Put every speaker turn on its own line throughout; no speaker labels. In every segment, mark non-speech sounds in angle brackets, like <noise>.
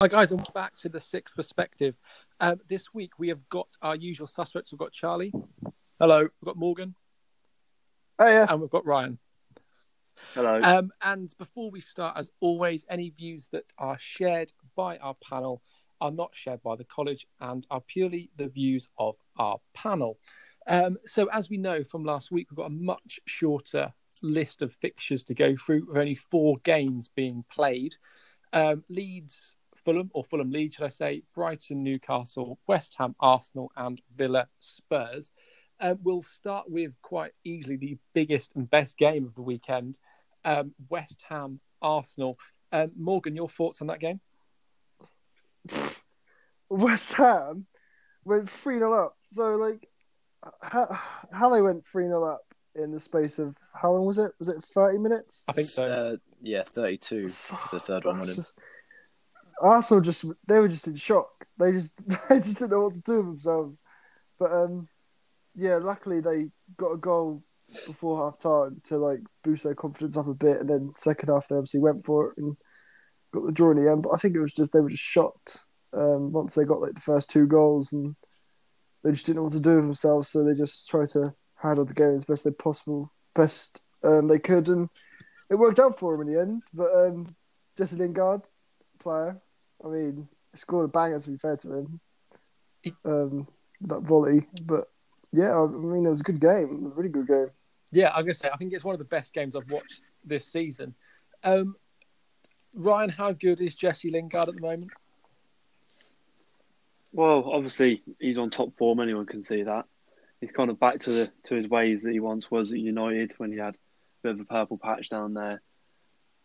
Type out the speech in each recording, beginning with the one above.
Hi guys, and welcome back to the Sixth Perspective. Um, this week we have got our usual suspects. We've got Charlie,
Hello.
we've got Morgan,
Oh yeah.
and we've got Ryan.
Hello.
Um, and before we start, as always, any views that are shared by our panel are not shared by the college and are purely the views of our panel. Um, so, as we know from last week, we've got a much shorter list of fixtures to go through, with only four games being played. Um, Leeds, Fulham, or Fulham Leeds, should I say, Brighton, Newcastle, West Ham, Arsenal, and Villa Spurs. Um, we'll start with quite easily the biggest and best game of the weekend um, West Ham, Arsenal. Um, Morgan, your thoughts on that game?
West Ham went three 0 up. So like, how, how they went three 0 up in the space of how long was it? Was it thirty minutes?
I think so.
Uh, yeah, 32. The third one
That's
wouldn't.
just- Arsenal just they were just in shock. They just <laughs> they just didn't know what to do with themselves. But um, yeah, luckily they got a goal before half time to like boost their confidence up a bit, and then second half they obviously went for it and got the draw in the end. But I think it was just they were just shocked um, once they got like the first two goals, and they just didn't know what to do with themselves. So they just tried to handle the game as best they possible, best um, they could, and it worked out for them in the end. But um, Jesse Lingard, player. I mean, he scored a banger to be fair to him. Um, that volley, but yeah, I mean, it was a good game, a really good game.
Yeah, I'm going to say, I think it's one of the best games I've watched this season. Um, Ryan, how good is Jesse Lingard at the moment?
Well, obviously he's on top form. Anyone can see that. He's kind of back to the to his ways that he once was at United when he had a bit of a purple patch down there.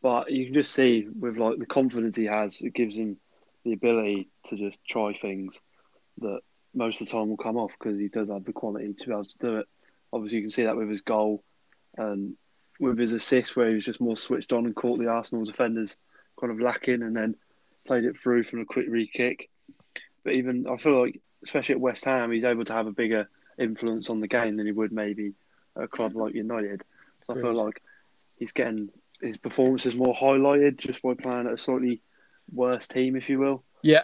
But you can just see with like the confidence he has, it gives him the ability to just try things that most of the time will come off because he does have the quality to be able to do it. Obviously, you can see that with his goal and with his assist, where he was just more switched on and caught the Arsenal defenders kind of lacking, and then played it through from a quick re kick but even I feel like, especially at West Ham, he's able to have a bigger influence on the game than he would maybe at a club like United. So I feel
Agreed.
like he's getting his performances more highlighted just by playing at a slightly worse team, if you will.
Yeah,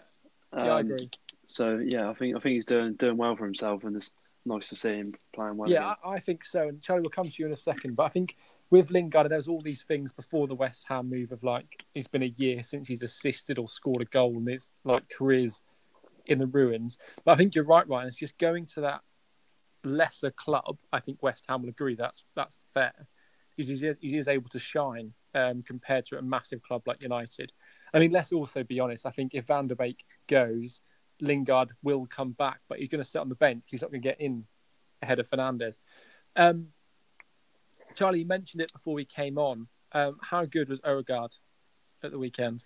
Um,
yeah, I agree.
So yeah, I think I think he's doing doing well for himself, and it's nice to see him playing well.
Yeah, I, I think so. And Charlie, we'll come to you in a second. But I think with Lingard, there's all these things before the West Ham move of like it's been a year since he's assisted or scored a goal, and his like careers in the ruins. But I think you're right, Ryan. It's just going to that lesser club. I think West Ham will agree that's that's fair. Is he's, he is able to shine um, compared to a massive club like United. I mean, let's also be honest. I think if Van der Beek goes, Lingard will come back, but he's going to sit on the bench. He's not going to get in ahead of Fernandez. Um, Charlie, you mentioned it before we came on. Um, how good was Oregard at the weekend?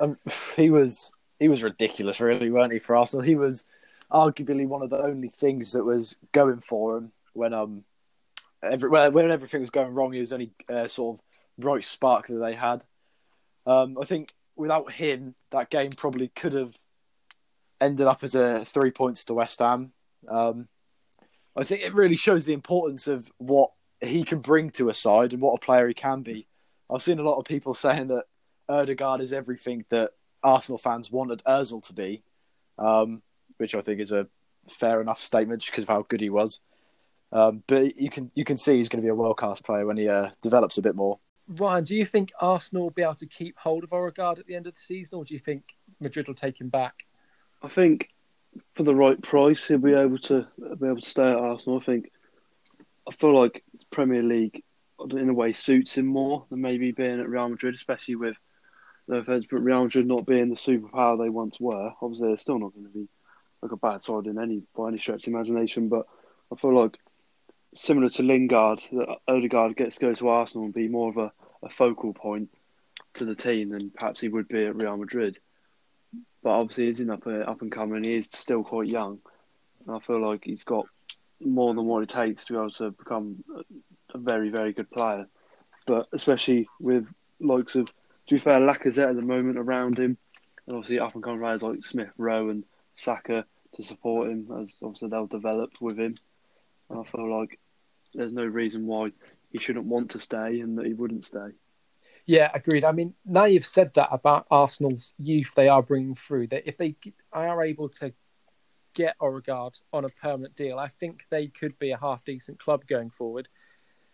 Um, <laughs> he was he was ridiculous, really, weren't he? For Arsenal, he was arguably one of the only things that was going for him when um every well, when everything was going wrong. He was the only uh, sort of bright spark that they had. Um, I think without him, that game probably could have ended up as a three points to West Ham. Um, I think it really shows the importance of what he can bring to a side and what a player he can be. I've seen a lot of people saying that Erdegaard is everything that Arsenal fans wanted Özil to be, um, which I think is a fair enough statement just because of how good he was. Um, but you can you can see he's going to be a world class player when he uh, develops a bit more.
Ryan, do you think Arsenal will be able to keep hold of Oregard at the end of the season, or do you think Madrid will take him back?
I think for the right price, he'll be able to be able to stay at Arsenal. I think I feel like Premier League, in a way, suits him more than maybe being at Real Madrid, especially with no offense, but Real Madrid not being the superpower they once were. Obviously, they're still not going to be like a bad side in any by any stretch of the imagination. But I feel like similar to Lingard, that Odegaard gets to go to Arsenal and be more of a, a focal point to the team than perhaps he would be at Real Madrid but obviously he's an up uh, up and coming. He is still quite young, and I feel like he's got more than what it takes to be able to become a- a very very good player. But especially with likes of to be fair, Lacazette at the moment around him, and obviously up and coming players like Smith Rowe and Saka to support him, as obviously they'll develop with him. And I feel like there's no reason why he shouldn't want to stay and that he wouldn't stay.
Yeah, agreed. I mean, now you've said that about Arsenal's youth they are bringing through, that if they g- are able to get Oregard on a permanent deal, I think they could be a half decent club going forward.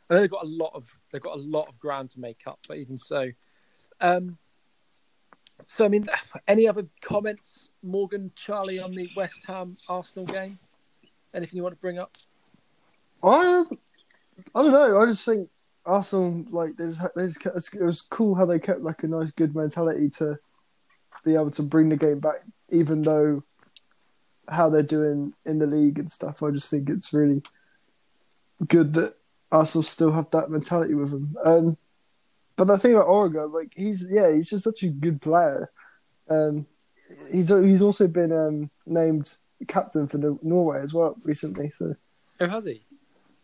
I know they've got a lot of they've got a lot of ground to make up, but even so, um, so I mean, <sighs> any other comments, Morgan, Charlie, on the West Ham Arsenal game? Anything you want to bring up?
I, I don't know. I just think Arsenal like there's, there's it was cool how they kept like a nice good mentality to be able to bring the game back, even though how they're doing in the league and stuff. I just think it's really good that Arsenal still have that mentality with them. Um, but the thing about Oregon, like he's yeah, he's just such a good player. Um, he's he's also been um, named captain for Nor- Norway as well recently. So
Oh, has he?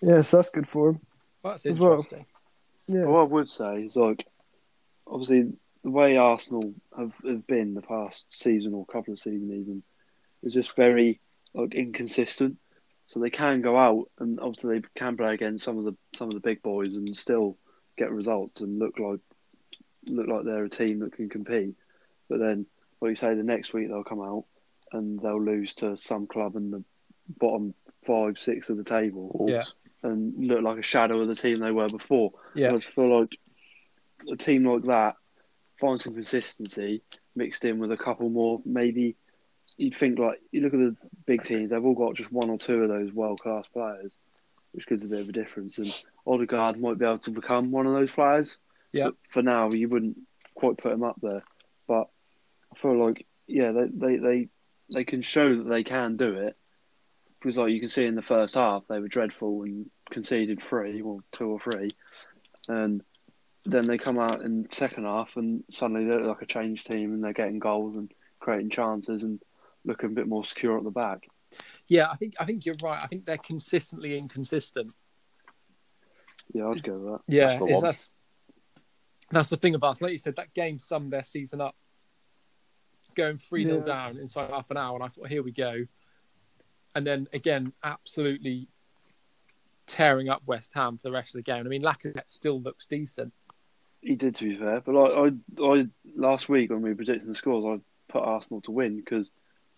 yeah, so that's good for him.
Well, that's
As well.
interesting.
Yeah.
What I would say is like, obviously, the way Arsenal have, have been the past season or couple of seasons even is just very like inconsistent. So they can go out and obviously they can play against some of the some of the big boys and still get results and look like look like they're a team that can compete. But then, like you say, the next week they'll come out and they'll lose to some club in the bottom five, six of the table
Yeah.
and look like a shadow of the team they were before.
Yeah.
And I just feel like a team like that finds some consistency mixed in with a couple more. Maybe you'd think like you look at the big teams; they've all got just one or two of those world class players, which gives a bit of a difference. And Odegaard might be able to become one of those players.
Yeah.
But for now, you wouldn't quite put him up there, but I feel like yeah, they they they, they can show that they can do it. Because like you can see in the first half, they were dreadful and conceded three, well two or three, and then they come out in the second half and suddenly they look like a changed team and they're getting goals and creating chances and looking a bit more secure at the back.
Yeah, I think I think you're right. I think they're consistently inconsistent.
Yeah, I'd go with that.
Yeah,
That's the
it-
one.
that's that's the thing about. Like you said, that game summed their season up. Going three 0
Yeah.
down inside half an hour, and I thought, here we go. And then again, absolutely tearing up West Ham for the rest of the game. I mean, Lacazette still looks decent.
He did, to be fair. But like, I, I last week when we were predicting the scores, I put Arsenal to win because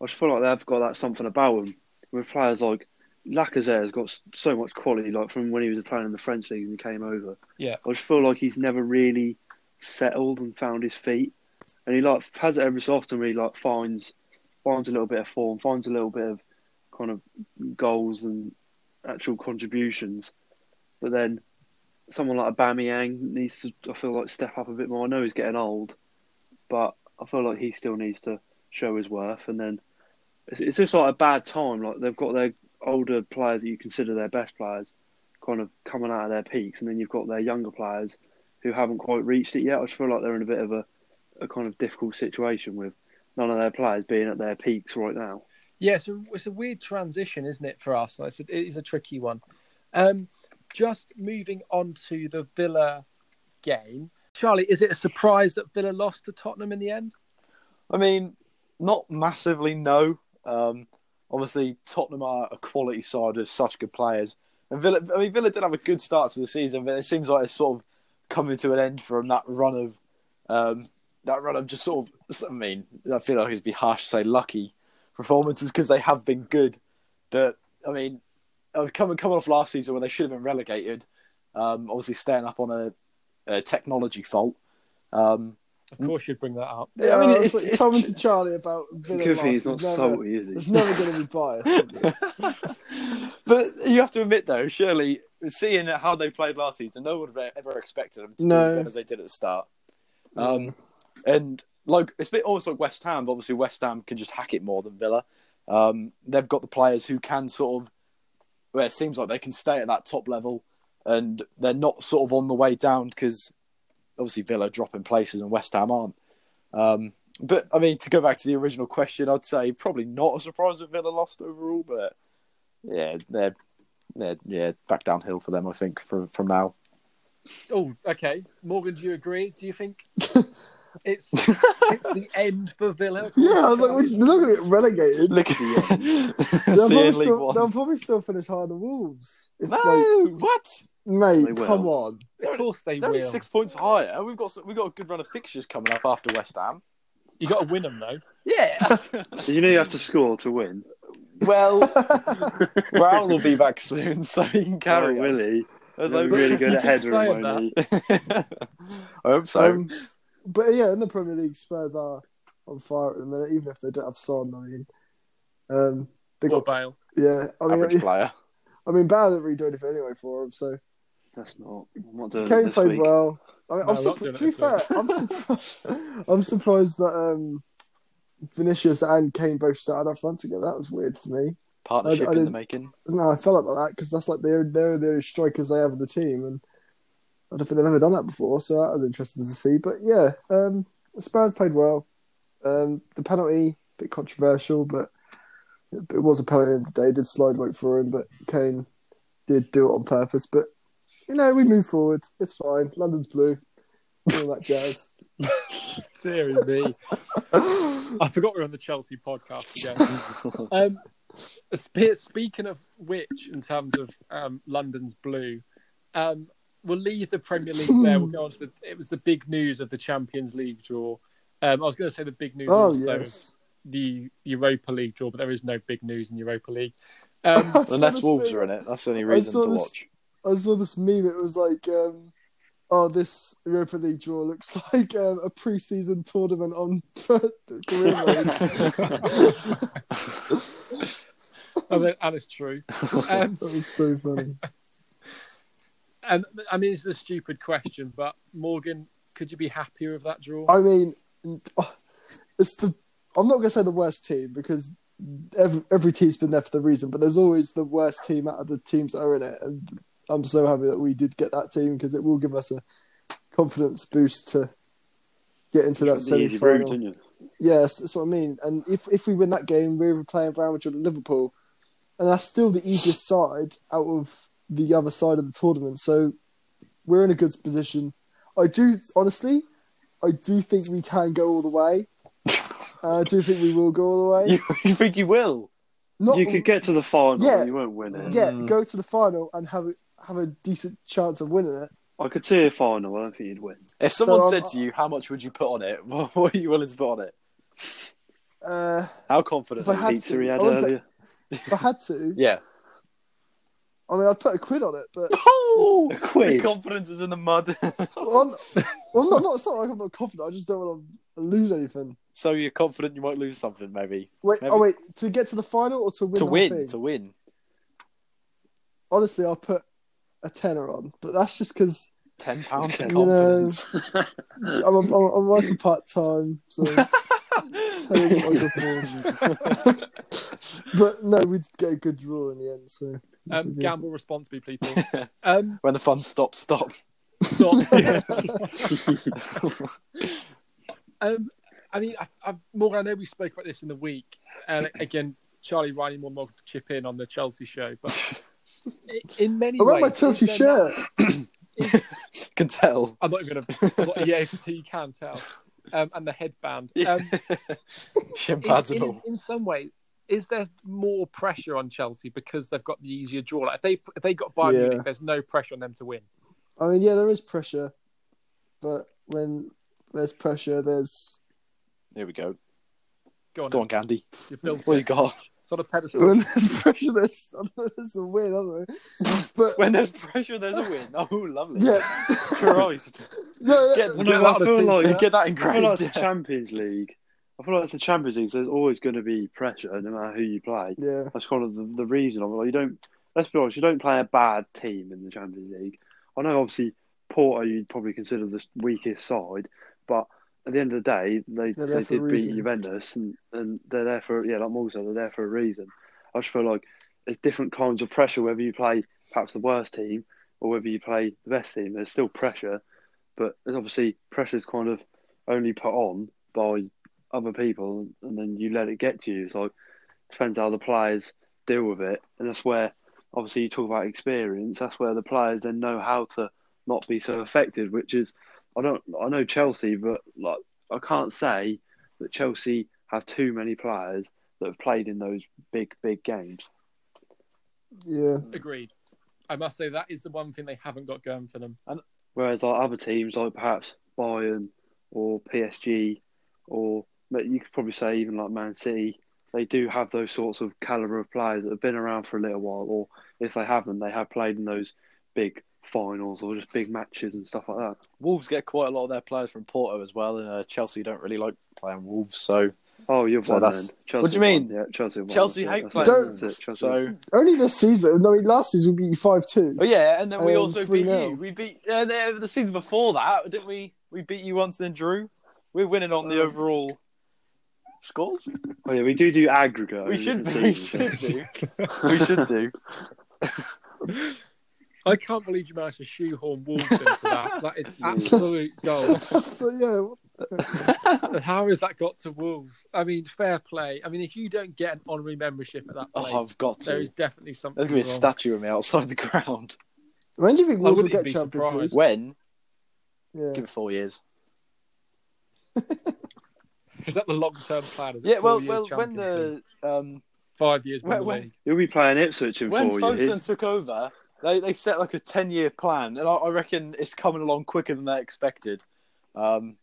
I just feel like they've got that something about them. With players like Lacazette has got s- so much quality, like from when he was playing in the French league and he came over.
Yeah.
I just feel like he's never really settled and found his feet, and he like has it every so often. Where he like finds finds a little bit of form, finds a little bit of kind of goals and actual contributions, but then someone like Aubameyang needs to, I feel like, step up a bit more. I know he's getting old, but I feel like he still needs to show his worth. And then it's, it's just like a bad time. Like they've got their older players that you consider their best players, kind of coming out of their peaks, and then you've got their younger players who haven't quite reached it yet. I just feel like they're in a bit of a, a kind of difficult situation with none of their players being at their peaks right now.
Yeah, it's a, it's a weird transition, isn't it, for Arsenal? It's a, it is a tricky one. Um, just moving on to the Villa game. Charlie, is it a surprise that Villa lost to Tottenham in the end?
I mean, not massively, no. Um, obviously, Tottenham are a quality side with such good players. And Villa, I mean, Villa did have a good start to the season, but it seems like it's sort of coming to an end from that run of um, that run of just sort of. I mean, I feel like it'd be harsh to say lucky performances because they have been good, but I mean, uh, coming coming off last season when they should have been relegated, um, obviously staying up on a, a technology fault. Um,
Of course, you'd bring that up.
Yeah, I mean, it's-
like
it's-
coming to Charlie about Villa
Good
loss
thing he's not
is never,
salty, is he?
It's never going to be biased.
but you have to admit, though, surely seeing how they played last season, no one would ever expected them to
No.
be as good as they did at the start. Um, and like it's a bit almost like West Ham. But obviously, West Ham can just hack it more than Villa. Um, they've got the players who can sort of. Well, it seems like they can stay at that top level, and they're not sort of on the way down because obviously Villa are dropping places and West Ham aren't. Um, but I mean, to go back to the original question, I'd say probably not a surprise that Villa lost overall, but yeah, they're they're yeah back downhill for them. I think from from now.
<laughs>
Oh, okay. Morgan, do you agree? Do you think? It's it's the end for Villa.
Yeah, I was like, which, they're not going to get relegated.
Look at you.
<laughs> They'll
See you
probably,
in League
still, they'll
One.
probably still finish higher than Wolves. If, like,
No, what?
mate,
They
come
will.
on.
of course they
They're only
will.
six points higher. We've got we've got a good run of fixtures coming up after West Ham.
You got to win them though.
<laughs> Yeah.
Did you know you have to score to win?
well, Brown will be back soon, so he can carry
oh,
us.
really?
There's
You're
hope.
really good at
keep saying
headering, won't you?
<laughs> I hope so.
Um, <laughs> but yeah, in the Premier League, Spurs are on fire at the minute, even if they don't have Son. I mean, um, they
Or
got
Bale.
yeah. I
Average
mean,
player.
<laughs> I mean, Bale didn't really do anything anyway for him. So
That's not. I'm not doing it
Kane
this
played
week.
well. I mean,
No,
I'm
we're
surp-
not doing
to
it
be
this week.
fair, I'm, surpri- <laughs> I'm surprised that um, Vinicius and Kane both started up front together. That was weird for me.
Partnership
I
in the
didn't-
making.
No, I felt like that because that's like they're they're the only strikers they have in the team, and I don't think they've ever done that before. So that was interesting to see. But yeah, um, Spurs played well. Um, the penalty a bit controversial, but it was a penalty in the day. Did slide right through him, but Kane did do it on purpose. But you know, we move forward. It's fine. London's blue. All that
<laughs>
jazz.
Seriously,
Oh,
I forgot we we're on the Chelsea podcast again.
<laughs>
um, spe- speaking of which, in terms of um, London's blue, um, we'll leave the Premier League there. We'll go on to the. It was the big news of the Champions League draw. Um, I was going to say the big news
oh
also of
yes.
the Europa League draw, but there is no big news in Europa League. Um,
<laughs> I saw
Unless
this
Wolves
thing-
are in it. That's the only
I
reason
saw
to
this-
watch.
I saw this meme. It was like, um, "Oh, this Europa League draw looks <laughs> like um, a pre-season tournament on <laughs> career mode."
and, that- and it's
<laughs>
true. Um,
That was so funny.
and I mean, it's a stupid question, but Morgan, could you be happier with that draw?
I mean, it's the. I'm not gonna say the worst team because every every team's been there for the reason, but there's always the worst team out of the teams that are in it, and I'm so happy that we did get that team because it will give us a confidence boost to get into that
That's the easy route,
semi-final.
didn't you?
Yes, that's what I mean. And if if we win that game, we were playing Real Madrid and Liverpool, and that's still the easiest side out of the other side of the tournament. So we're in a good position. I do honestly, I do think we can go all the way. Uh, I do think we will go all the way.
<laughs> you, you think you will?
Not
You could get to the final
Yeah.
and you won't win it.
yeah,
Mm.
go to the final and have a, have a decent chance of winning it.
I could see a final. I don't think you'd win.
If someone
So,
said
um,
to you, "How much would you put on it? <laughs> What, what are you willing to put on it?
Uh,
How confident?"
If I
are you?"
had
Pizza
to,
we had
I would
earlier.
if I had to,
Yeah.
I mean, I'd put a quid on it,
<laughs>
but
Oh,
A quid.
The confidence is in the mud. <laughs>
well, I'm, well, not, not, it's not like I'm not confident. I just don't want to lose anything.
so you're confident you might lose something, maybe
Wait,
Maybe-
oh wait, to get to the final or to win?
to
the
win.
Whole thing?
To win.
Honestly, I'll put a tenner on, but that's just because
Ten pounds of
You know-
confidence. <laughs>
I'm, I'm, I'm working part time, so tenner's what I can afford. But no, we'd get a good draw in the end. So that's
Um,
okay.
gamble responsibly,
<laughs>
people. Um,
when the fun stops, stop. <laughs>
stop. <laughs> um, I mean, I, I, Morgan, I know we spoke about this in the week,
<clears throat>
and again, Charlie Riley more than welcome to chip in on the Chelsea show,
<laughs>
but i- in many
I
ways,
wear my
is
Chelsea
there
shirt.
Can tell.
not- I'm not even going to. Yeah, <laughs> because you can tell. Um, and the
<laughs>
headband.
<laughs>
Um,
Shin
in,
pads and
in,
all.
in some way, is there more pressure on Chelsea because they've got the easier draw? Like if they if they got Bayern
Yeah.
Munich, there's no pressure on them to win.
I mean, yeah, there is pressure, but when there's pressure, there's
Here we go.
Go on,
Go on, Gandhi.
you built
What
it.
you got? <laughs>
It's on a pedestal.
when there's <laughs> pressure, there's there's a win, aren't there? But
When there's pressure, there's a win. Oh, lovely.
yeah,
<laughs> Christ.
<laughs> no,
Get,
Well, no, I feel like
get that
I feel like
engraved.
it's the
yeah.
Champions League. I feel like it's the Champions League. So there's always going to be pressure, no matter who you play.
yeah.
<laughs> That's kind of the, the reason. of it. Like you don't. Let's be honest. You don't play a bad team in the Champions League. I know, obviously, Porto you'd probably consider the weakest side, but at the end of the day, they,
They're there
they
for a
did beat
reason.
Juventus, and, and they're there for yeah, like Morgan said, they're there for a reason. I just feel like there's different kinds of pressure whether you play perhaps the worst team or whether you play the best team. There's still pressure, but there's obviously pressure's kind of only put on by other people, and then you let it get to you. So depends how the players deal with it, and that's where obviously you talk about experience. That's where the players then know how to not be so affected, which is I don't I know Chelsea, but like I can't say that Chelsea have too many players that have played in those big, big games.
Yeah.
Agreed. I must say that is the one thing they haven't got going for them.
Whereas like other teams, like perhaps Bayern or PSG, or but you could probably say even like Man City, they do have those sorts of caliber of players that have been around for a little while, or if they haven't, they have played in those big finals or just big matches and stuff like that.
Wolves get quite a lot of their players from Porto as well, and uh, Chelsea don't really like playing Wolves. So
Oh, you're
So
one.
that's-
then. Chelsea
What do you mean?
won, Yeah, Chelsea. Won,
Chelsea
that's it,
hate
that's it,
playing
that's it, Chelsea
so
Only this season. I mean, last season we beat you five two.
oh yeah, and then we
Um,
also beat
3-0.
you. We beat uh, the, the season before that, didn't we? We beat you once, then Drew. We're winning on the
Um,
overall scores.
Oh yeah, we do do aggregate.
We
over
should, <laughs>
the
we
season.
should do. We should do.
I can't believe you managed to shoehorn Wolves <laughs> into that. That is absolute gold.
<laughs> so yeah, what-
How has that got to Wolves? I mean, fair play. I mean, if you don't get an honorary membership at that place,
Oh, <laughs> I've got
there
to.
is definitely something.
There's gonna be a
wrong.
statue of me outside the ground. <laughs>
when do you think
I
Wolves will
wouldn't
get
be
Champions
surprised.
When?
League? Yeah.
Give it four years.
Is that the long term plan? Is it
Yeah.
four
Well,
years
well, when
Champions League?
the um,
five years win
when-
the
when-
league.
You'll be playing Ipswich in
when
four
Fosun
years.
took over, they, they set like a ten year plan, and I, I reckon it's coming along quicker than they expected. Um,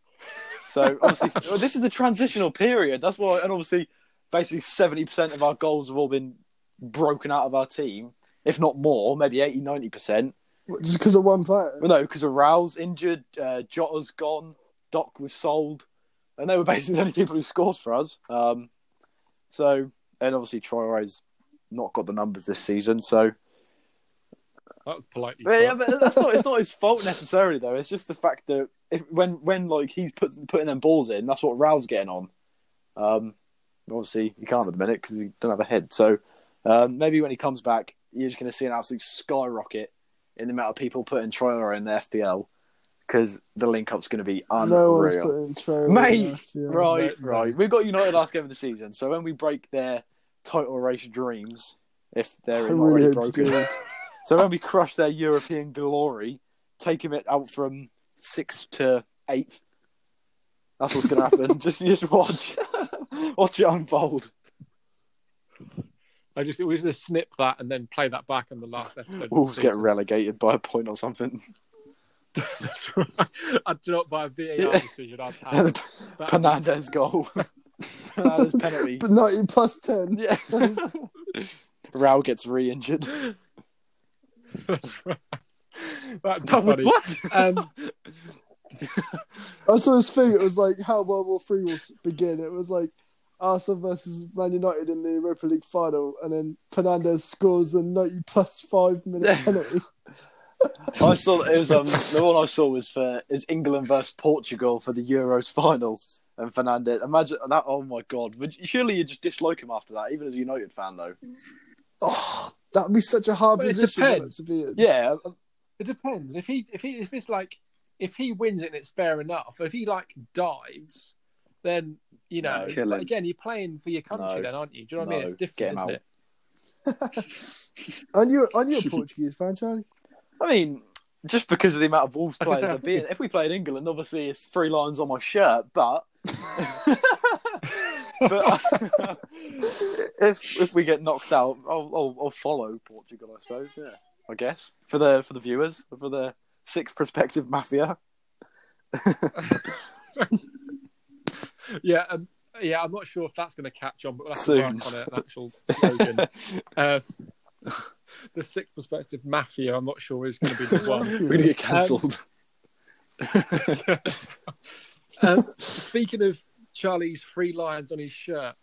so obviously, well, this is the transitional period. That's why, and obviously, basically seventy percent of our goals have all been broken out of our team, if not more, maybe 80 90 percent.
What, Just because of one player.
Well, no, because of Raoul's injured, uh, Jota's gone, Doc was sold, and they were <laughs> basically the only people who scored for us. Um, so, and obviously, Troy's not got the numbers this season, so.
That was politely.
Well, yeah,
put.
but that's not it's not <laughs> his fault necessarily though. It's just the fact that if, when when like he's put, putting them balls in, that's what Raul's getting on. Um, obviously he can't at the minute because he don't have a head. So um, maybe when he comes back, you're just going to see an absolute skyrocket in the amount of people putting Troyer in the FPL because the link up's going to be
no one's
unreal.
putting Traore.
Mate,
enough, yeah.
right,
No, no.
right. We've got United last game of the season, so when we break their title race dreams, if
I
they're not
really
already
hope to do
broken.
that.
So when we crush their European glory, taking it out from sixth to eighth, that's what's going to happen. <laughs> just just watch, watch it unfold.
I just we just snip that and then play that back in the last episode. of the
Wolves get
season.
relegated by a point or something.
<laughs> That's right. I'd drop by a VAR
Yeah.
decision. I'd
<laughs>
have.
And
That- <laughs>
Fernandez goal. Fernandez penalty.
But ninety plus ten.
<laughs> Yeah. Rao gets re-injured.
That's right. That'd be
That
funny.
would- what?
Um,
I saw this thing. It was like how World War Three will s- begin. It was like Arsenal versus Man United in the Europa League final, and then Fernandez scores a ninety plus five minute
Yeah.
penalty.
I saw it was um the one I saw was for is England versus Portugal for the Euros final and Fernandez. Imagine that! Oh my God! Would you, surely you just dislike him after that, even as a United fan though.
Oh, that'd be such a hard
But it
position wouldn't
depends.
it, to be in.
Yeah,
it depends. If he if he if it's like if he wins it, and it's fair enough. If he like dives, then you know.
No, kill
but
him.
again, you're playing for your country,
No.
then aren't you? Do you know what I mean?
No,
It's
get
different,
him
isn't
out.
it?
Aren't you? Aren't you a Portuguese fan, Charlie?
I mean, just because of the amount of Wolves
Like I
players
said,
I've been, if we played England, obviously it's three lines on my shirt, but. <laughs> but <laughs> if if we get knocked out, I'll, I'll, I'll follow Portugal, I suppose. Yeah, I guess for the for the viewers, for the six prospective mafia.
Yeah, um, yeah. I'm not sure if that's going to catch on, but we'll have
Soon.
to work on an actual
<laughs>
slogan. uh, <laughs> the sixth perspective mafia. I'm not sure is going to be the
<laughs>
one.
We're gonna get cancelled.
um, speaking of Charlie's three lines on his shirt.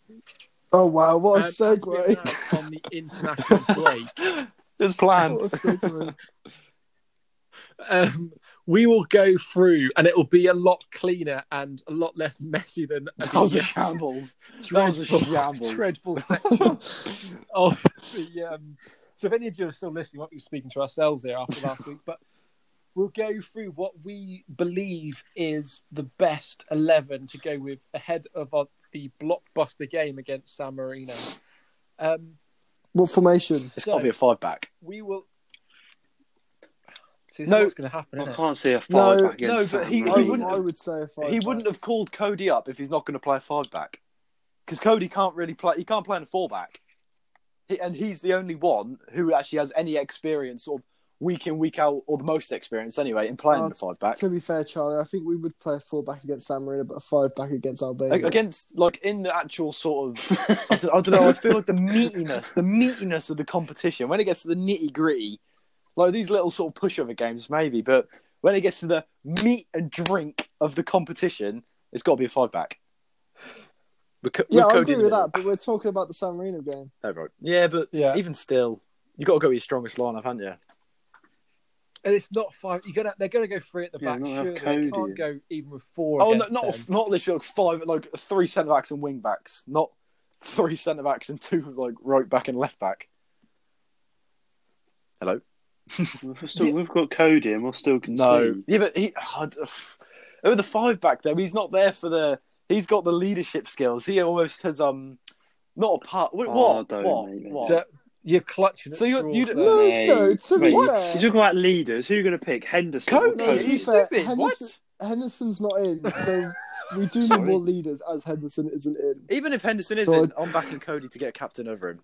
Oh wow, what a
um, as we
<laughs>
segue!
announced on the international break.
it's
<laughs>
planned.
What a segue.
um, we will go through, and it will be a lot cleaner and a lot less messy than
That was a shambles. That was a
dreadful,
shambles. <laughs> Oh,
dreadful section <laughs> of the. Um, so, if any of you are still listening, we won't be speaking to ourselves here after last week, but we'll go through what we believe is the best eleven to go with ahead of our, the blockbuster game against San Marino. Um,
What formation?
It's got to be a five back.
we will. See, this
No.
is what's going to happen,
I
isn't
can't see a five
No,
back against
no,
Sam
but he-
I
I
Marie.
wouldn't
I
have-
would say if I
he wouldn't have called Cody up if he's not going to play five back, because Cody can't really play. He can't play in a four back, he, and he's the only one who actually has any experience, or week in week out, or the most experience anyway, in playing
Uh,
the five back
To be fair, Charlie, I think we would play a four back against San Marino, but a five back against Albania.
A- against like in the actual sort of. I don't, I don't <laughs> know. I feel like the meatiness, the meatiness of the competition when it gets to the nitty gritty, like these little sort of pushover games, maybe, but when it gets to the meat and drink of the competition, it's got to be a five back. With, Co-
yeah, I agree
Cody in the
with
middle.
that, but we're talking about the San Marino game.
No, right. Yeah, but
it? Yeah,
even still, you got to go with your strongest lineup, haven't you?
and it's not five. You're gonna they're going to go three at the
Yeah,
back.
not have
Surely
Cody
they can't
in.
go even with four.
Oh, no,
against
not
them.
not literally like five, like three centre backs and wing backs, not three centre backs and two like right back and left back.
We've, still, we've got Cody and we'll still
No,
concede.
yeah, but he <sighs> I d- with the five back though, he's not there for the. He's got the leadership skills. He almost has um, not a part. What?
Oh,
what?
don't
what?
make me.
what?
So you're clutching. At
So you're-
straws
you-
there.
No, no, to be
Mate, you-
fair-
You're talking about leaders. Who are you going to pick? Henderson or
Cody,
No,
Cody?
to be
he's
fair,
stupid. What?
Henderson- Henderson's not in, so we do need
Sorry.
more leaders as Henderson isn't in.
Even if Henderson
So-
isn't, I'm backing Cody to get a captain over him.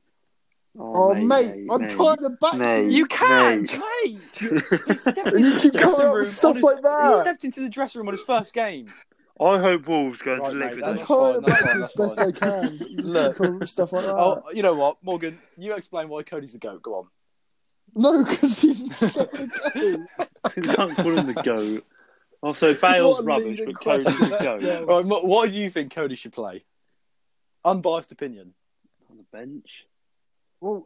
Oh, mate, I'm
mate.
trying to back
Mate.
you.
You can't,
Mate.
mate. He
<laughs>
stepped
And you
into
keep coming
the
up
dressing room
with stuff
on his-
like
He
that.
stepped into the dressing room on his first game.
I hope Wolves go into
Right, mate,
I'm
that's
<laughs> liquidation.
trying to
fine, that's
back you as
fine, that's
best I can. but You just
Look.
keep coming up with stuff
Ah.
like that.
Oh, you know what, Morgan? You explain why Cody's the goat. Go on.
No, because he's not in the game.
You can't call him the goat. Also, Bale's
What a
rubbish,
leading
but Cody's the
question.
<laughs>
goat.
Yeah.
On
All right, Mo- why do you think Cody should play? Unbiased opinion.
the bench.
Well,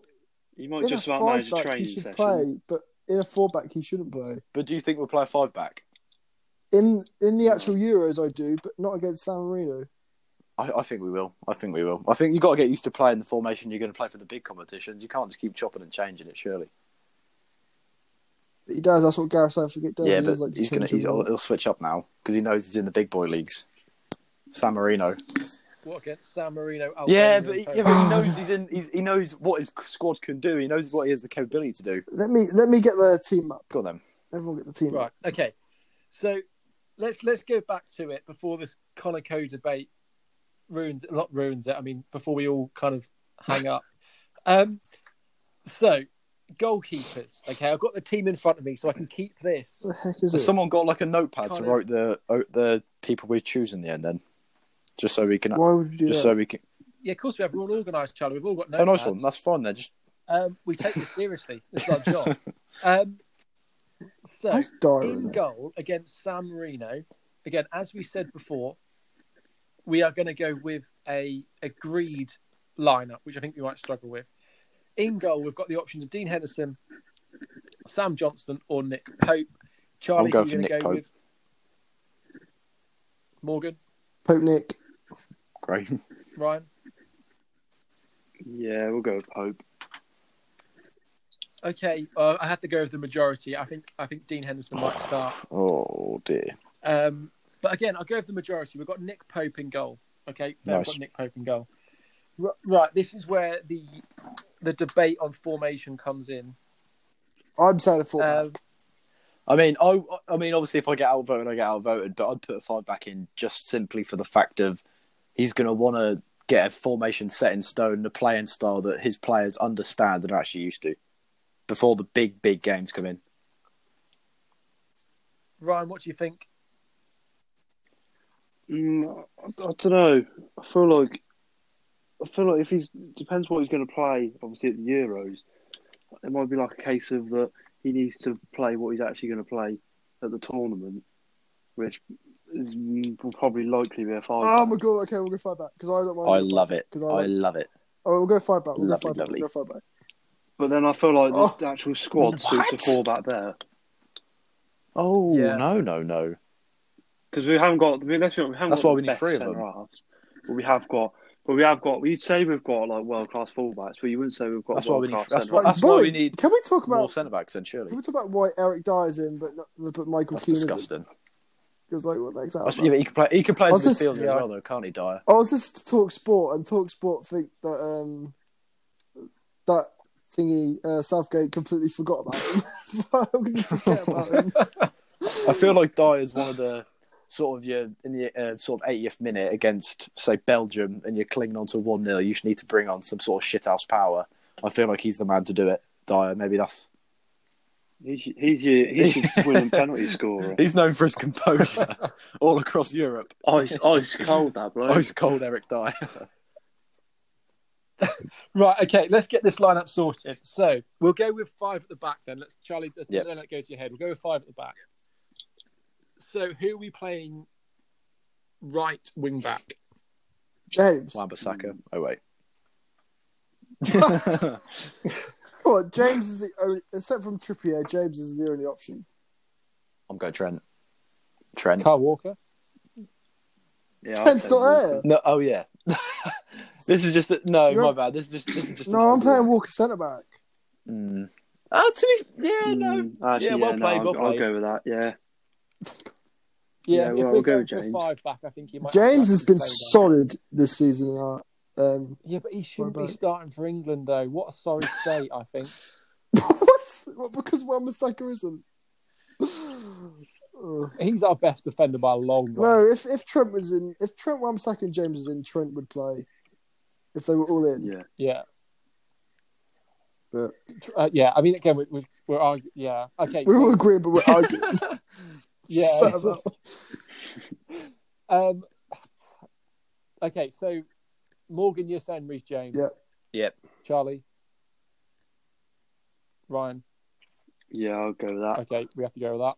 You might
in
just
a
about manage a
five back, he
training
should
session.
play, but in a four back, he shouldn't play.
But do you think we'll play a five back?
In in the actual Euros, I do, but not against San Marino.
I, I think we will. I think we will. I think you've got to get used to playing the formation you're going to play for the big competitions. You can't just keep chopping and changing it, surely.
But he does. That's what Gareth Southgate does.
yeah,
he
but
does, like,
he's going to
change
he's,
them
he'll,
up.
he'll switch up now because he knows he's in the big boy leagues. San Marino.
What against San Marino?
yeah,
Albania,
but, he,
and
yeah, but he
Oh, <laughs>
knows he's in. He's, he knows what his squad can do. He knows what he has the capability to do.
Let me let me get the team up.
Go on then.
Everyone get the team
Right.
up.
Okay. So let's let's go back to it before this Conoco debate ruins not ruins it. I mean, before we all kind of hang
<laughs>
up. Um. So goalkeepers. Okay, I've got the team in front of me, so I can keep this.
What the heck is it?
Has someone got like a notepad
Kind
to
of-
write the oh, the people we choose in the end then, just so we can
Why would you do
just
that?
so we can.
Yeah, of course we have. We're all organised, Charlie. We've all got
Oh,
notepads.
nice one. That's fine then. Just
Um, we take this seriously. It's our job. Um, so
Who's dying?
in
there?
goal against San Marino, again, as we said before, we are going to go with a agreed lineup, which I think we might struggle with. In goal, we've got the options of Dean Henderson, Sam Johnston, or Nick Pope. Charlie,
I'm
who are
going
you
for
going to go
Nick Pope.
with? Morgan,
Pope Nick.
great. <laughs>
Ryan.
Yeah, we'll go with Pope.
Okay, uh, I had to go with the majority. I think I think Dean Henderson might start.
Oh dear.
Um, but again, I'll go with the majority. We've got Nick Pope in goal. Okay, There we've
Nice.
got Nick Pope in goal. R- right, this is where the the debate on formation comes in.
I'm saying a four
Um,
back.
I mean, I, I mean, obviously, if I get outvoted, I get outvoted, but I'd put a five back in just simply for the fact of he's going to want to get a formation set in stone, the playing style that his players understand and are actually used to before the big, big games come in.
Ryan, what do you think?
Mm, I, I don't know. I feel like I feel like if he's depends what he's going to play. Obviously at the Euros, it might be like a case of that he needs to play what he's actually going to play at the tournament, which is, will probably likely be a five.
Um,
Oh my god. Okay, we'll go five back because I don't mind.
I love it. I
Because I, like-
love it.
Oh, we'll go five back. We'll
Lovely,
go five
lovely.
back. We'll go five back.
But then I feel like
Oh.
the actual squad suits a
What?
four back there
Oh
Yeah.
no, no, no!
because we haven't got. we- Let's be honest, we haven't
That's
got
why
the
we need
best
three of
centre
them.
halves, but we have got. But we have got. We'd say we've got like world class fullbacks, but you wouldn't say we've got.
That's why we need-
world-class
that's
centre
why-
halves.
that's why we
boy,
need
Can we talk
More
about?
centre backs then surely.
Can we talk about why Eric Dye's in, but not, but Michael
That's
Keane is
disgusting.
because like what the heck's that?
That's,
about?
yeah, but he could play. He could play as a
What's this-
midfielder as
yeah.
well, though, can't he, Dyer?
I was listening to Talk Sport, and Talk Sport think that um that thingy uh, Southgate completely forgot about him. <laughs> How could you forget about him?
I feel like Dyer's one of the sort of your in the uh, sort of 80th minute against say Belgium, and you're clinging on to one 0 You should need to bring on some sort of shithouse power. I feel like he's the man to do it. Dyer, maybe that's
He's he's your
<laughs>
he's your winning penalty scorer.
he's known for his <laughs> composure all across Europe.
Ice ice oh, cold that bloke.
Ice cold Eric <laughs> Dyer.
Right, okay, let's get this lineup sorted. So we'll go with five at the back then. Let's Charlie let's,
Yep.
don't let it go to your head. We'll go with five at the back. So who are we playing right wing back?
James.
Lambasaka. Oh <laughs> wait.
What? James is the only, except from Trippier, James is the only option.
I'm going Trent. Trent.
Carl Walker.
Yeah, I'll
Trent's
take
not
Walker.
there.
No. Oh yeah. <laughs> this is just a, no.
You're-
My bad. This is just this is just.
No, I'm playing Walker centre back.
Mm. Oh, to be yeah, no.
Mm, actually,
Yeah, well
no,
played,
I'll,
well
I'll
played.
go with that. Yeah,
Yeah,
Yeah,
if
well, we'll
we're going
go with
for a
James.
five back, I think he might.
James has been
play that.
solid this season. uh, Um, <laughs>
Yeah, but he shouldn't
What
be
about-
starting for England though. What a sorry state, I think.
what? Well, Because one mistake isn't. <sighs> Ugh.
He's our best defender by a long way.
No, if if Trent was in, if Trent Wamsack and James was in, Trent would play. If they were all in,
yeah.
Yeah.
But-
Uh, yeah, I mean, again, we, we, we're arguing. Yeah, okay.
we all agree, but we're
<laughs>
arguing.
Hmm.
<laughs>
Yeah.
Shut up.
<laughs> Um, okay, so Morgan, you're saying Reece James.
Yeah.
Yep.
Charlie. Ryan.
Yeah, I'll go with that.
Okay, we have to go with that.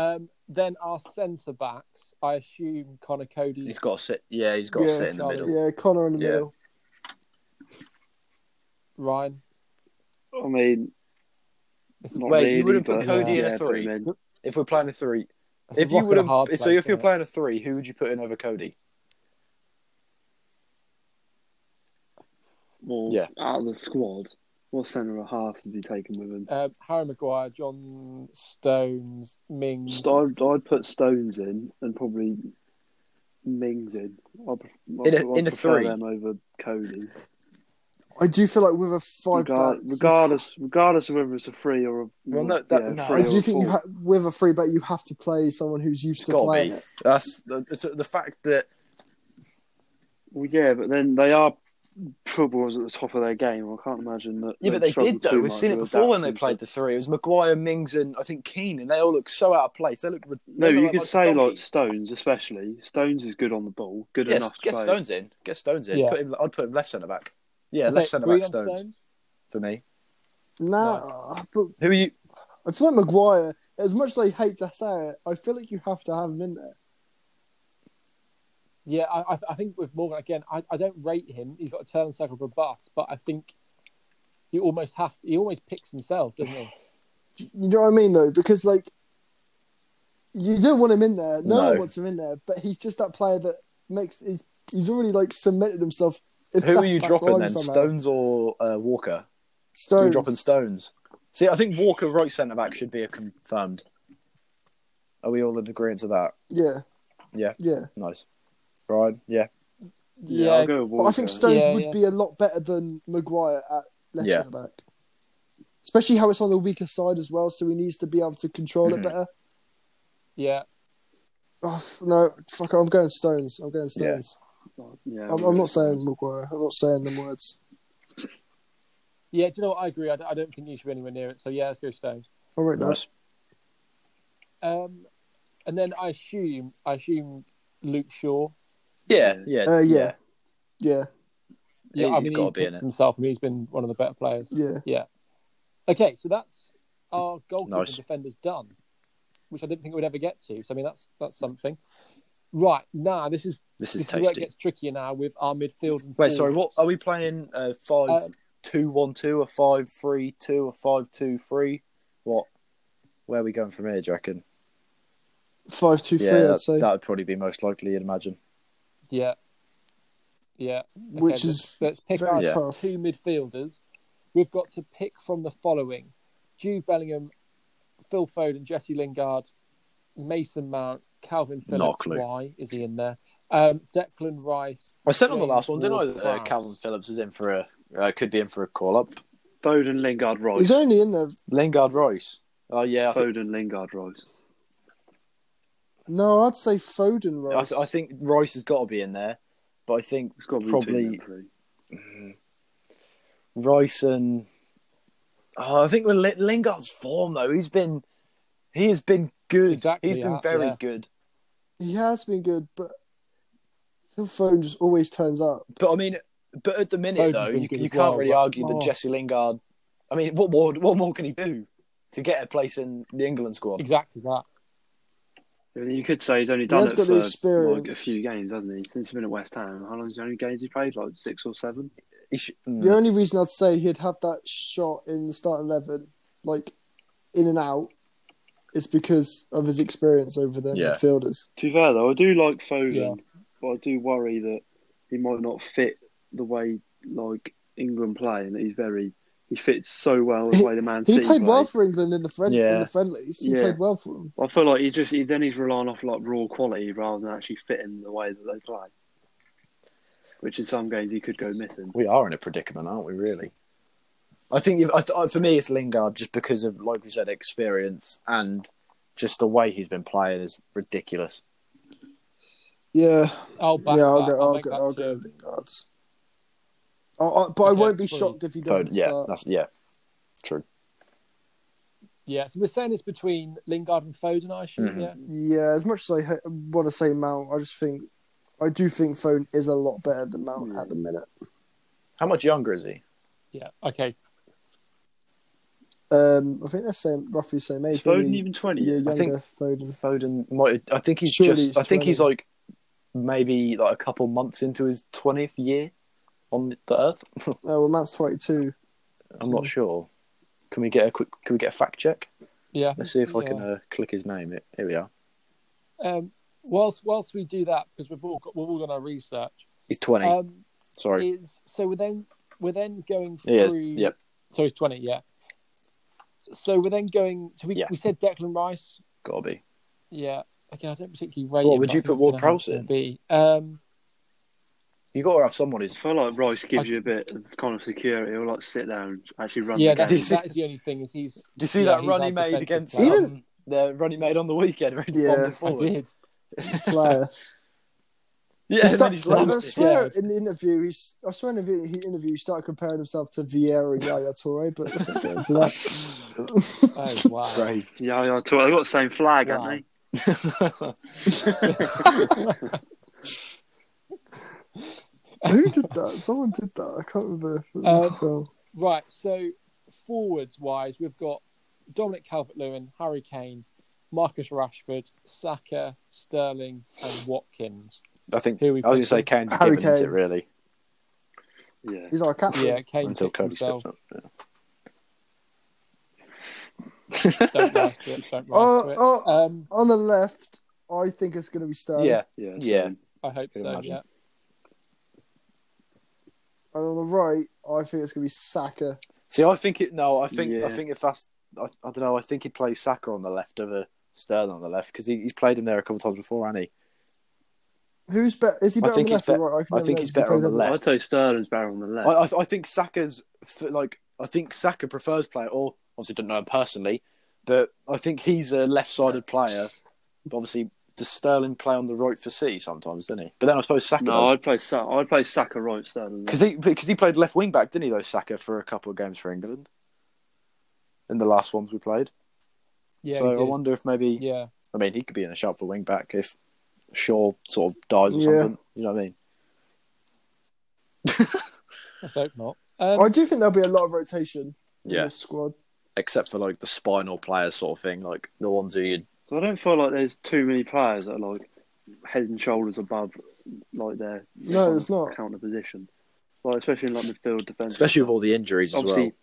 Um, then our centre backs, I assume Connor Cody.
He's got to sit. Yeah, he's got to
Yeah,
sit in the
Charlie.
middle.
yeah, Connor in the
Yeah.
middle.
Ryan.
I mean,
It's
not
Wait, you
really,
wouldn't put
but,
Cody
yeah,
in
a
put
three?
him in.
If we're playing a three,
it's a
if you
rock and a
would have,
hard
so
place,
if you're
isn't it?
playing a three, who would you put in over Cody?
Well,
Yeah.
out of the squad, what centre of half is he taking with him?
Um, Harry Maguire, John Stones,
Mm.
Mings.
St- I'd, I'd put Stones in and probably Mings in. I'd, pref- I'd,
In a-
I'd
in a
prefer
three.
them over Cody.
I do feel like with a five
Regar-
back,
regardless, regardless of whether it's a three or a
Well, no, that-
yeah,
no.
three
I do
or a
think you
four.
ha- with a three back you have to play someone who's used
It's
to
got to
playing
be.
it.
That's the, it's the fact that
Well, yeah, but then they are troubles at the top of their game. I can't imagine that.
yeah, but
they'd
they
struggle
did though.
too
We've
much
seen it
to
before when they
adapt
played
into-
the three. It was Maguire, Mings, and I think Keane, and they all look so out of place. They look rid-
No,
they
you
look
could
like
say like
donkeys.
Stones, especially. Stones is good on the ball, good
yes,
enough to
get
play.
Stones in, get Stones in.
Yeah.
Put him, I'd put him left centre back. Yeah,
Okay,
left centre
Green
back
on
Stones,
Stones?
for me.
Nah, but
Who are you?
I feel like Maguire. As much as I hate to say it, I feel like you have to have him in there.
Yeah, I, I- I think with Morgan again, I, I don't rate him. He's got a turn and circle for a bus, but I think he almost have to. He always picks himself, doesn't he?
You know what I mean, though, because like you don't want him in there. No,
No.
one wants him in there, but he's just that player that makes he's, he's already like cemented himself. in
Who are
that
<laughs> you
back
dropping
line
then?
somehow.
Stones or uh, Walker? You're
Stones.
dropping Stones. See, I think Walker right centre back should be a confirmed. Are we all in agreement to that?
Yeah.
Yeah.
Yeah.
Nice, Brian. <laughs> Yeah,
Yeah, I'll go with
But I
Walker.
think Stones
Yeah,
would
yeah.
be a lot better than Maguire at left
Yeah.
centre back. Especially how it's on the weaker side as well, so he needs to be able to control
Mhm.
it better.
yeah,
Oh, f- no, fuck! I'm going Stones. I'm going Stones.
Yeah,
I'm, I'm not saying Maguire. I'm not saying the words.
yeah. Do you know what? I agree. I, don't- I don't think you should be anywhere near it. So yeah, let's go Stones.
All right, that.
nice.
Um, and then I assume, I assume Luke Shaw.
Yeah, yeah,
Uh, yeah. Yeah,
Yeah,
He-
I
he's
mean,
gotta
he
be in
picks
it.
himself. I mean, he's been one of the better players.
yeah.
Okay, so that's our goalkeeper
Nice.
and defenders done, which I didn't think we'd ever get to. So I mean, that's that's something. Right now, this is
This is
this is where it
tasty.
gets trickier now with our midfield. And
Wait, sorry. What
forwards.
are we playing? Uh,
Uh,
five two one two or five three two or five two three? What? Where are we going from here? Do you reckon?
Five two three.
Yeah, that,
I'd say,
that would probably be most likely. You'd imagine. oh.
Yeah, yeah. Okay, let's-
which is
let's pick
very
our
tough.
two midfielders. We've got to pick from the following: Jude Bellingham, Phil Foden, Jesse Lingard, Mason Mount, Calvin
Not a
Phillips.
clue.
Why is he in there? Um, Declan Rice.
I said on the
James
last one, didn't I? that, Uh,
Ward-Prowse.
Calvin Phillips is in for a, Uh, could be in for a call up.
Foden, Lingard, Rice.
He's only in there.
Lingard Rice. Oh yeah, I, think,
Foden, Lingard, Rice.
No, I'd say Foden.
I,
Rice.
th- I think Rice has got to be in there, but I think
It's got to be
Probably-
Two, then, three.
Rice and oh, I think with Li- Lingard's form though, he's been he has been good.
Exactly,
he's been
yeah,
very
yeah.
good.
he has been good, but Phil Foden just always turns up.
But I mean, but at the minute
Foden's
though,
been
you,
good
you
as
can't
well,
really
but-
argue
Oh.
that Jesse Lingard. I mean, what more what more can he do to get a place in the England squad?
Exactly that.
I mean, You could say he's only done
has
it
got
for
the
like a
experience.
few games, hasn't he? Since he's been at West Ham, how long's the only games he played? Like six or seven.
He sh- mm.
The only reason I'd say he'd have that shot in the start eleven, like in and out, is because of his experience over the
Yeah.
midfielders.
To be fair though, I do like Foden,
Yeah.
but I do worry that he might not fit the way like England play, and that he's very he fits so well the way the Man
He
City
played
play.
well for England in the friend in
Yeah.
the friendlies. He
Yeah.
played well for them.
I feel like he just he, then he's relying off like raw quality rather than actually fitting the way that they play. Which in some games he could go missing.
we are in a predicament, aren't we? Really, I think you've, I th- I- for me it's Lingard just because of like we said experience and just the way he's been playing is ridiculous.
Yeah,
I'll back
yeah.
that.
I'll go. I'll
make
go.
that
I'll
too.
go. Lingard. I, I, but I
Okay,
won't be
sorry.
shocked if he
So,
doesn't
yeah,
start.
that's yeah, true.
Yeah, so we're saying it's between Lingard and Foden, I assume.
Mhm.
Yeah,
Yeah, as much as I ha- want to say Mount, I just think I do think Phone is a lot better than Mount
Yeah.
Mm.
at the minute.
How much younger is he?
yeah. Okay,
Um, I think they're same roughly the same
Is
age.
Foden
maybe
even twenty?
a year younger.
I think-
Foden.
Foden might. I think he's
Surely
just.
he's
I think he's
20.
like maybe like a couple months into his twentieth year on the Earth.
Oh well, Mount's twenty-two.
<laughs> I'm
Mm-hmm.
not sure. Can we get a quick? Can we get a fact check?
yeah.
Let's see if I
Yeah.
can uh, click his name. Here- Here we are.
Um, whilst whilst we do that, because we've all got, we've all done our research.
He's twenty.
Um,
Sorry.
is so we're then we're then going
He is.
through.
Yep.
So he's twenty. Yeah. So we're then going. So we
Yeah.
we said Declan Rice.
Gotta be.
Yeah. Again, I don't particularly rate.
What,
him,
would
but
you
I think
put
it's gonna
Ward-Prowse
have to
in?
Be. Um,
You gotta have someone
I
who's.
feel like Rice gives
I-
you a bit of kind of security. He'll like sit down and actually run.
yeah,
the
that is,
game.
that is the only thing is he's.
Do you see
Yeah,
that
he's
run he
our
made
defensive
against
player.
um, the run he made on the weekend? <laughs> Where he
Yeah.
bombed it
I
forward?
did.
Player.
Yeah,
He
and then
start-
he just
I
launched it.
swear in the interview, he's, I swear in the interview, he interview he started comparing himself to Vieira and Yaya Toure, but let's not
<laughs>
get into that.
Oh wow.
Brave.
Yeah, yeah. They got the same flag,
Wow.
haven't
<laughs>
Who did that? Someone did that. I can't remember. if it was
Uh,
Phil.
Right, so forwards wise, we've got Dominic Calvert Lewin, Harry Kane, Marcus Rashford, Saka, Sterling, and Watkins.
I think I
Who we
was going to say
picking?
Kane's
Harry
given isn't
Kane.
it really
they? Yeah.
He's our captain.
Yeah, Kane
until
picks
Cody
himself.
steps
Don't rise
up.
to it.
<laughs>
Don't rise to
Oh,
it.
oh,
Um,
on the left, I think it's going to be Sterling.
Yeah,
Yeah. so-
yeah.
I hope
Can
so.
imagine.
Yeah.
And on the right, I think it's going to be Saka.
See, I think it. No, I think
Yeah.
I think if that's, I, I don't know. I think he plays Saka on the left over Sterling on the left because he, he's played him there a couple of times before, hasn't he?
Who's better? Is he
I
better on
think
the
he's
left or
bet-
right? can
I
never
think
know
he's
because he
better on
plays
the
everywhere.
left.
I'd say Sterling's better on the
I,
left.
I, I think Saka's f- like I think Saka prefers player, or obviously don't know him personally, but I think he's a left-sided player. But obviously, does Sterling play on the right for City sometimes? Doesn't he? But then I suppose Saka
no,
does
I'd play Saka. I'd play Saka right, Sterling.
because he because he played left wing back, didn't he? Though Saka for a couple of games for England in the last ones we played.
Yeah.
so
we
I
did.
wonder if maybe
Yeah.
I mean, he could be in a shout for wing back if Shaw sort of dies or
Yeah.
something. You know what I mean?
Let's hope not. Um,
I do think there'll be a lot of rotation in this squad.
Except for like the spinal players sort of thing, like the ones who you.
I don't feel like there's too many players that are like head and shoulders above like their
No, there's not.
counter position. Like especially in like midfield defence.
Especially with all the injuries as well.
obviously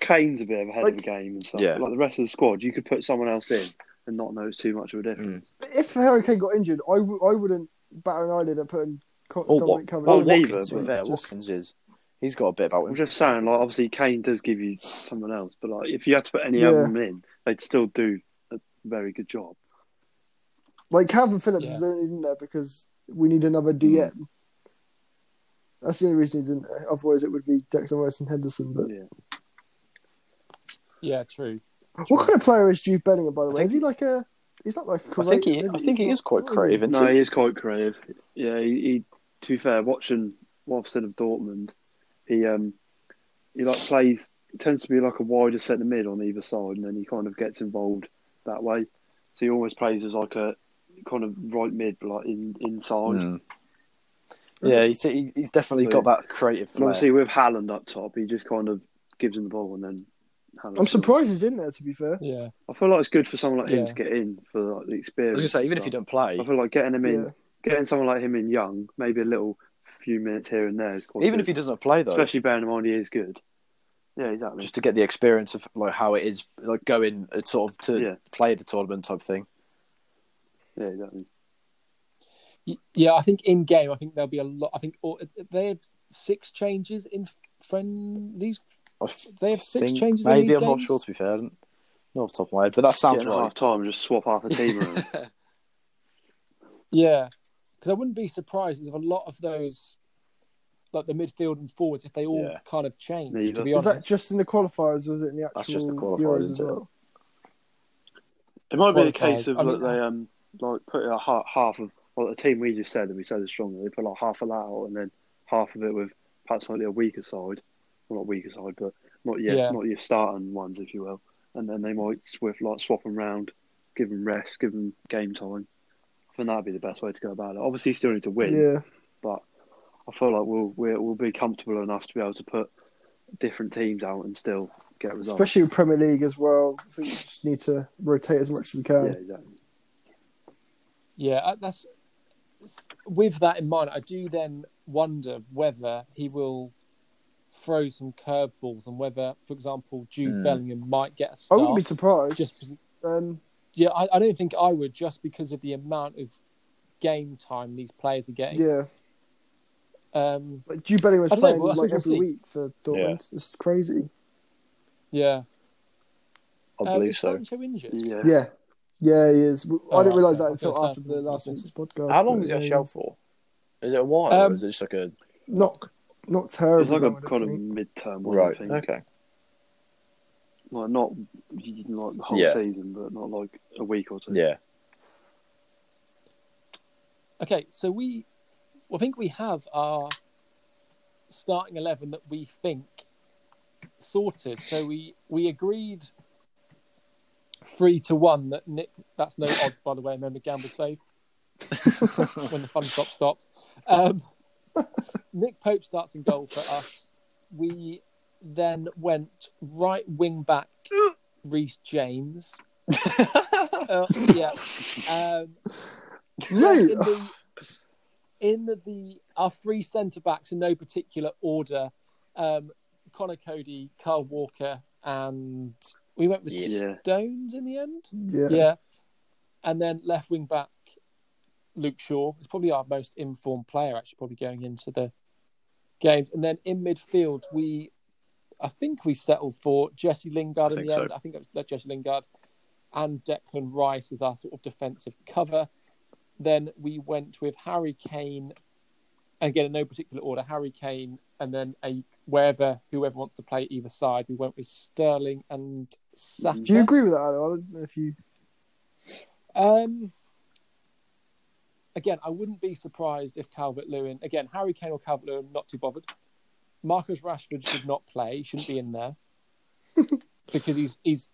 Kane's a bit of a head
Like-
of the game and stuff.
Yeah.
Like the rest of the squad, you could put someone else in and not notice too much of a difference.
If Harry Kane got injured, I w- I wouldn't bat an eyelid at putting Co-
Or,
Dominic
Wat-
Calvert.
or
Oh, neither,
Watkins, to be
but
fair.
just-
Watkins is. He's got a bit about
I'm
him.
just saying, like obviously Kane does give you someone else, but like if you had to put any
Yeah.
other one in, they'd still do a very good job.
Like Calvin Phillips
Yeah.
Hmm.
isn't even there because we need another DM. That's the only reason he's in there. Otherwise, it would be Declan Rice and Henderson. But
Yeah.
Yeah, true.
what kind of player is Jude Bellingham? By the way,
I
is he like a? He's not like.
I think he,
creative,
I think he
He's
is quite
not- what
creative.
No, he is quite creative. Yeah, he, he to be fair, watching what I've said of Dortmund, he um he like plays tends to be like a wider centre mid on either side and then he kind of gets involved that way. So he always plays as like a kind of right mid but like in inside.
Mm. Yeah, he's, he- he's definitely
So-
got that creative
And
flair.
obviously with Haaland up top, he just kind of gives him the ball and then Haaland-
I'm surprised he's in there. To be fair,
Yeah,
I feel like it's good for someone like
Yeah.
him to get in for like the
I was
experience.
going to say, even
and
if you
stuff.
don't play,
I feel like getting him in
Yeah.
getting someone like him in young, maybe a little few minutes here and there is quite
even
good.
if he doesn't play though,
Especially bearing in mind he is good. Yeah, exactly.
just to get the experience of like how it is, like going uh, sort of to
Yeah.
play the tournament type thing.
yeah, exactly.
Y- yeah. I think in game, I think there'll be a lot. I think or, they had six changes in friendlies.
I f-
They have six
think-
changes in
Maybe
these
I'm not
games?
sure to be fair. I don't- Not off the top of my head, but that sounds
Get in at half
right.
time, just swap half a team around.
Yeah, because I wouldn't be surprised if a lot of those, like the midfield and forwards, if they all
Yeah.
kind of change.
Neither.
To be
is
honest,
that just in the qualifiers or is it in the actual?
That's just the qualifiers,
Euros as
isn't it?
well?
<laughs> It might be a
Qualifiers.
case of
I mean-
like, they um like put a half, half of well, the team we just said that we said is strongly. They put like half of that out and then half of it with perhaps slightly a weaker side, well not weaker side, but not yet
Yeah.
not your starting ones, if you will. And then they might swift like swap them round, give them rest, give them game time. I think that'd be the best way to go about it. Obviously, you still need to win.
Yeah.
but I feel like we'll we'll, we'll be comfortable enough to be able to put different teams out and still get results.
especially with Premier League as well. I think we just need to rotate as much as we
um,
can.
yeah, exactly.
Yeah, uh, that's with that in mind. I do then wonder whether he will throw some curveballs and whether, for example, Jude
Hmm.
Bellingham might get a
I
start.
wouldn't be surprised.
just because-
um,
yeah, I, I don't think I would just because of the amount of game time these players are getting.
yeah,
Um,
like Jude Bellingham was
I don't know,
playing
we'll-
like
we'll
every
see.
week for Dortmund. It's crazy.
yeah.
I
Um,
believe
is
so.
Sancho injured?
Yeah.
Yeah, yeah, he is. I didn't
okay.
realize that
Okay,
until
so-
after the last
okay.
week's podcast.
How long
but
is it a
yeah,
shell for? Is it a while
Um,
or is it just like a
Not, not
It's
terrible.
like
though,
a
I don't
kind of
think.
mid-term one, I
right?
think.
Okay.
Like not you can, like the whole
Yeah.
season, but not like a week or two.
Yeah.
Okay, so we, I think we have our starting eleven that we think sorted. So we we agreed three to one that Nick. That's no odds, by the way. Remember, gamble safe <laughs> when the fun stop stop. Um, Nick Pope starts in goal for us. We then went right wing back Reece James. Uh, yeah. Um,
Mate,
in the in the, the our three centre backs in no particular order, um, Connor Cody, Carl Walker, and we went with
Yeah.
Stones in the end.
yeah.
Yeah. and then left wing back Luke Shaw is probably our most informed player actually, probably going into the games. And then in midfield, we I think we settled for Jesse Lingard
I
in
think
the
so.
end. I think it was Jesse Lingard and Declan Rice as our sort of defensive cover. Then we went with Harry Kane, and again in no particular order, Harry Kane, and then a wherever whoever wants to play either side. We went with Sterling and Saka.
Do you agree with that? Adam? I don't know if you.
Um, again, I wouldn't be surprised if Calvert Lewin, again, Harry Kane or Calvert Lewin, not too bothered. Marcus Rashford should not play, he shouldn't be in there because he's he's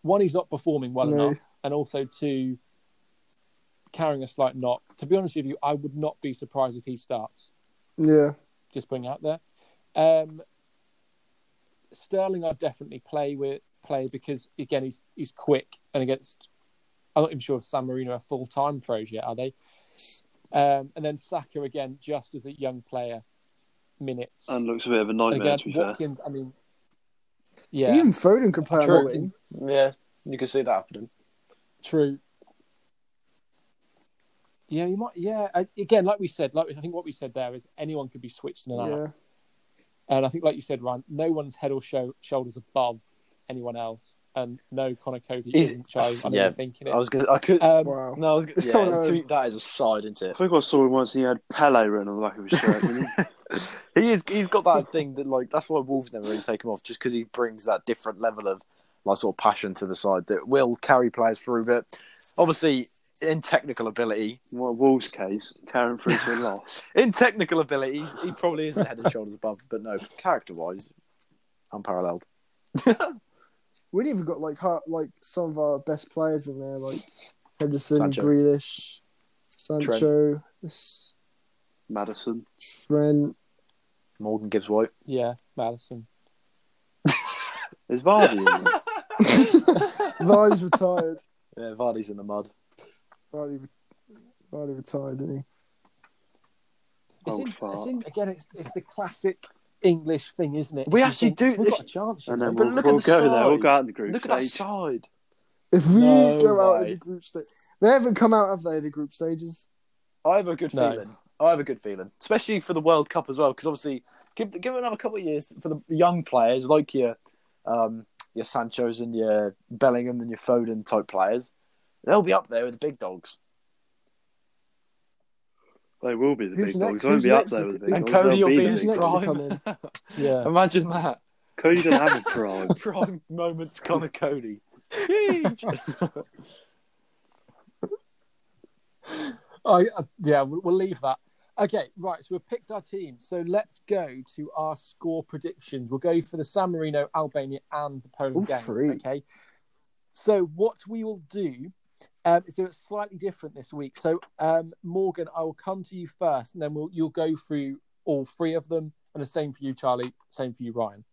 one, he's not performing well
No.
enough, and also two, carrying a slight knock. To be honest with you, I would not be surprised if he starts.
Yeah,
Just putting it out there. Um, Sterling, I definitely play with play because again, he's he's quick and against. I'm not even sure if San Marino are full time pros yet, are they? Um, and then Saka again, just as a young player, minutes.
And looks a bit of a
And
nightmare
again,
to be fair.
Watkins. I mean, yeah,
even Foden could play on
True.
that wing.
Yeah, you can see that happening.
true. Yeah, you might. Yeah, I- again, like we said, like I think what we said there is anyone could be switched in and out.
Yeah,
And I think, like you said, Ryan, no one's head or sho shoulders above anyone else, and no Connor Cody
He's-
isn't chose. I'm
yeah,
even thinking it.
I was gonna. I could.
um,
wow.
no, I was gonna.
It's
yeah,
coming home.
to- that is a side, isn't
I
it? <laughs>
think I saw him once and he had Pele written on the back of his shirt. didn't he?
he is. He's got that thing that like that's why Wolves never really take him off, just because he brings that different level of like sort of passion to the side that will carry players through. But obviously, in technical ability,
Well, Wolves case, carrying through to a loss.
in technical abilities, he probably isn't head <laughs> and shoulders above. But no, character wise, unparalleled.
We've even got like har like some of our best players in there, like Henderson,
Sancho.
Grealish, Sancho, S-
Madison.
Trent.
Morgan Gibbs White.
Yeah, Madison.
Is Vardy
<laughs>
in there?
Vardy's retired.
Yeah, Vardy's in the mud.
Vardy, Vardy retired, didn't he?
It's
Oh,
in-
fuck.
it's in- again, it's it's the classic English thing, isn't it? If
We
you
actually
think,
do-
We've
if-
got a chance. you
And
know.
then
But
we'll,
look at
we'll
the
go there. We'll
side.
go out in the group
Look at that
stage.
side.
If we
No
go out in
way.
the group stage, they haven't come out, have they? The group stages.
I have a good
No.
feeling. I have a good feeling, especially for the World Cup as well, because obviously, give give it another couple of years for the young players like your um, your Sancho's and your Bellingham and your Foden type players. They'll be up there with the big dogs.
They will be the
Who's
big
next?
dogs. They won't
Who's
be up
next?
there with the big
And
dogs.
Cody
They'll
will be
be
in
Who's
his
the big
next
dogs.
to
prime.
come in?
yeah.
<laughs> Imagine that
Cody doesn't have a
<laughs>
prime.
prime moments, Connor Cody.
I, uh, yeah, we'll, we'll leave that. Okay, right. So we've picked our team. So let's go to our score predictions. We'll go for the San Marino, Albania, and the Poland
Ooh,
game.
free.
Okay. So what we will do um, is do it slightly different this week. So um, Morgan, I will come to you first, and then we'll you'll go through all three of them, and the same for you, Charlie. Same for you, Ryan.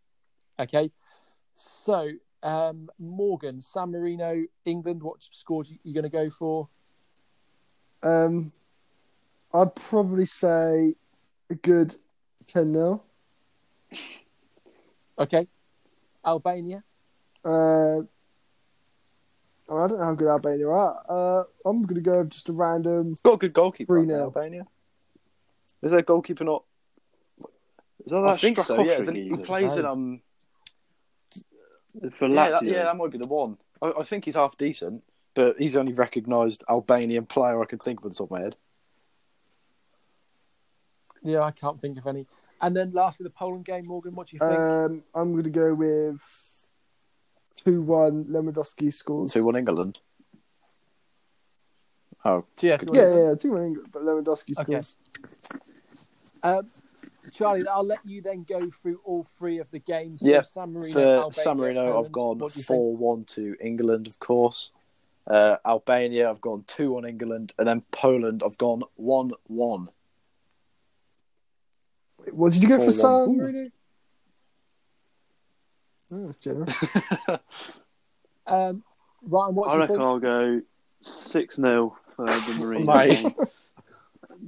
Okay. So um, Morgan, San Marino, England. What score are you, you going to go for?
Um, I'd probably say a good ten 0
Okay. Albania.
Uh, I don't know how good Albania are. Uh, I'm gonna go with just a random.
Got a good goalkeeper.
Three
aren't they,
nil.
Albania. Is their goalkeeper not?
Is that
I
that
think so.
Strakosch
Yeah, he
geezer?
plays
No.
in um.
for
yeah,
Lazio.
that, yeah, that might be the one. I, I think he's half decent, but he's the only recognised Albanian player I can think of at the top of my head.
Yeah, I can't think of any. And then lastly, the Poland game, Morgan. What do you think?
Um, I'm gonna go with two one. Lewandowski scores.
Two one England. Oh,
Do you have to-
Yeah, yeah, two one England, but Lewandowski
Okay.
scores.
Um, Charlie, I'll let you then go through all three of the games. So
Yeah,
San Marino,
for
Albania,
San Marino, I've
Poland.
gone
What do you think?
four one to England, of course. Uh, Albania, I've gone two on England, and then Poland, I've gone one one.
Wait, What did you go for,
Four one.
Sam? Marino? Oh, generous.
Um, Ryan, what
I
do you
reckon
think?
I'll go six 0 for the
<laughs>
Marines.
Mate,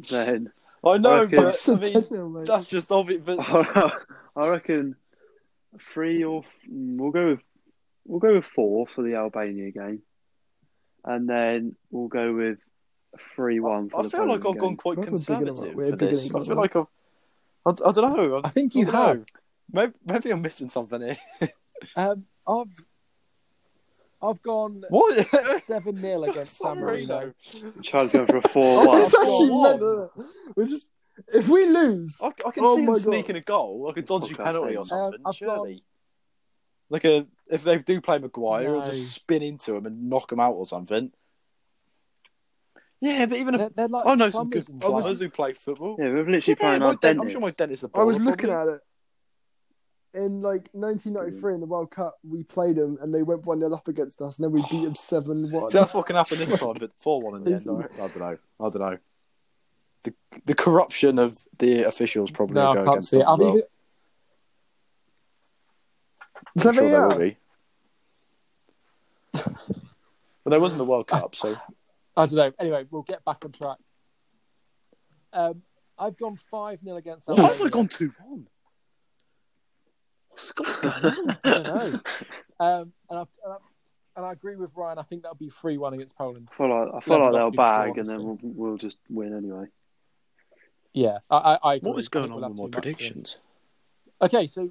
then
I know,
reckon-
but I
So
<laughs>
mean,
10-0, mate.
that's just obvious. But
<laughs> I reckon three or f- we'll go with we'll go with four for the Albania game, and then we'll go with three one for
I
the
feel like
Poland
I've gone
game.
quite
We're picking them up.
conservative
We're
for this.
picking them
I feel
up.
like I've. I, I don't know.
I think you
I
have.
don't know. Maybe, maybe I'm missing something here. Oh,
Um, I've I've gone
<laughs> What?
seven 0 against San Marino.
Charlie's going
<laughs>
for a four
This
Wow.
one.
is actually
Four one.
mental, isn't it? We're just if we lose,
I, I can
Oh
see
my
him
God.
sneaking a goal, like a dodgy
Podcast
penalty or
segment.
something.
Um, I've
surely, like a if they do play Maguire, he'll
No.
just spin into him and knock him out or something. Yeah, but even a,
They're, they're like
I know Oh, some
plumbers
good
and
plumbers
plumbers.
who play football.
Yeah, we're literally
Yeah,
playing
my
our
dent-
dentist.
I'm sure my dentist.
I was looking at it. In like 1993 in the World Cup, we played them and they went one 0 up against us, and then we beat them seven one.
So that's what can happen <laughs> this time, but four one in the end. I, I don't know. I don't know. The the corruption of the officials probably
No,
will
I
go
can't
against
see it.
us as
I've
well.
even,
<laughs>
I'm
Seven
sure there will
yeah.
be. But there wasn't the World
<laughs>
Cup, so
I don't know. Anyway, we'll get back on track. Um, I've gone five 0 against.
Why
Albania.
have I gone two one? What's what's going on?
I don't know. Um, and, I, and, I, and I agree with Ryan. I think that'll be 3 1 against Poland.
I feel like, I feel like
Lewandowski
they'll
would
bag,
score,
and then we'll, we'll just win anyway.
Yeah, I, I, I agree.
What is
I
going
think
on
we'll have
with
two
my
matches.
predictions?
Okay, so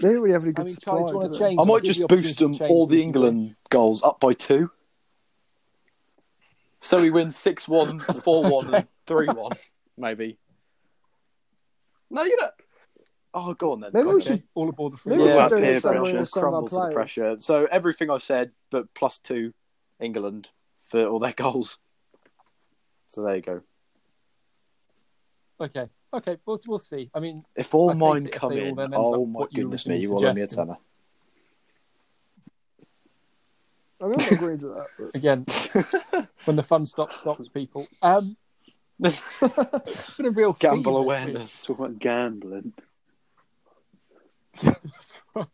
They don't really have any good
I mean,
supply.
Charlie, do you want
do
to
they?
change?
I
I'll
might
give
just
you the
boost them
opportunity to change
all
them
the
if you
England goals up by two.
<laughs>
So we win 6 1, 4 1, and 3 1, maybe. No, you don't. Oh, go on then.
Maybe we
Okay.
should-
All aboard the free.
Maybe we
ride.
yeah,
should do
peer
this somewhere
pressure.
with some of our
crumble to the
players.
pressure. So everything I said, but plus two, England for all their <laughs> goals. So there you go.
Okay. Okay. We'll, we'll see. I mean,
If all
I take
mine
it if
come
they all
in,
then end
oh
up
my
what you
goodness me,
originally
you will owe me a
suggested.
tenner.
I mean, I'm not agreeing to that.
<laughs>
But...
again, <laughs> when the fun stops, stops people. Um, it's been a real theme
Gamble
this
awareness.
Talk about gambling.
week.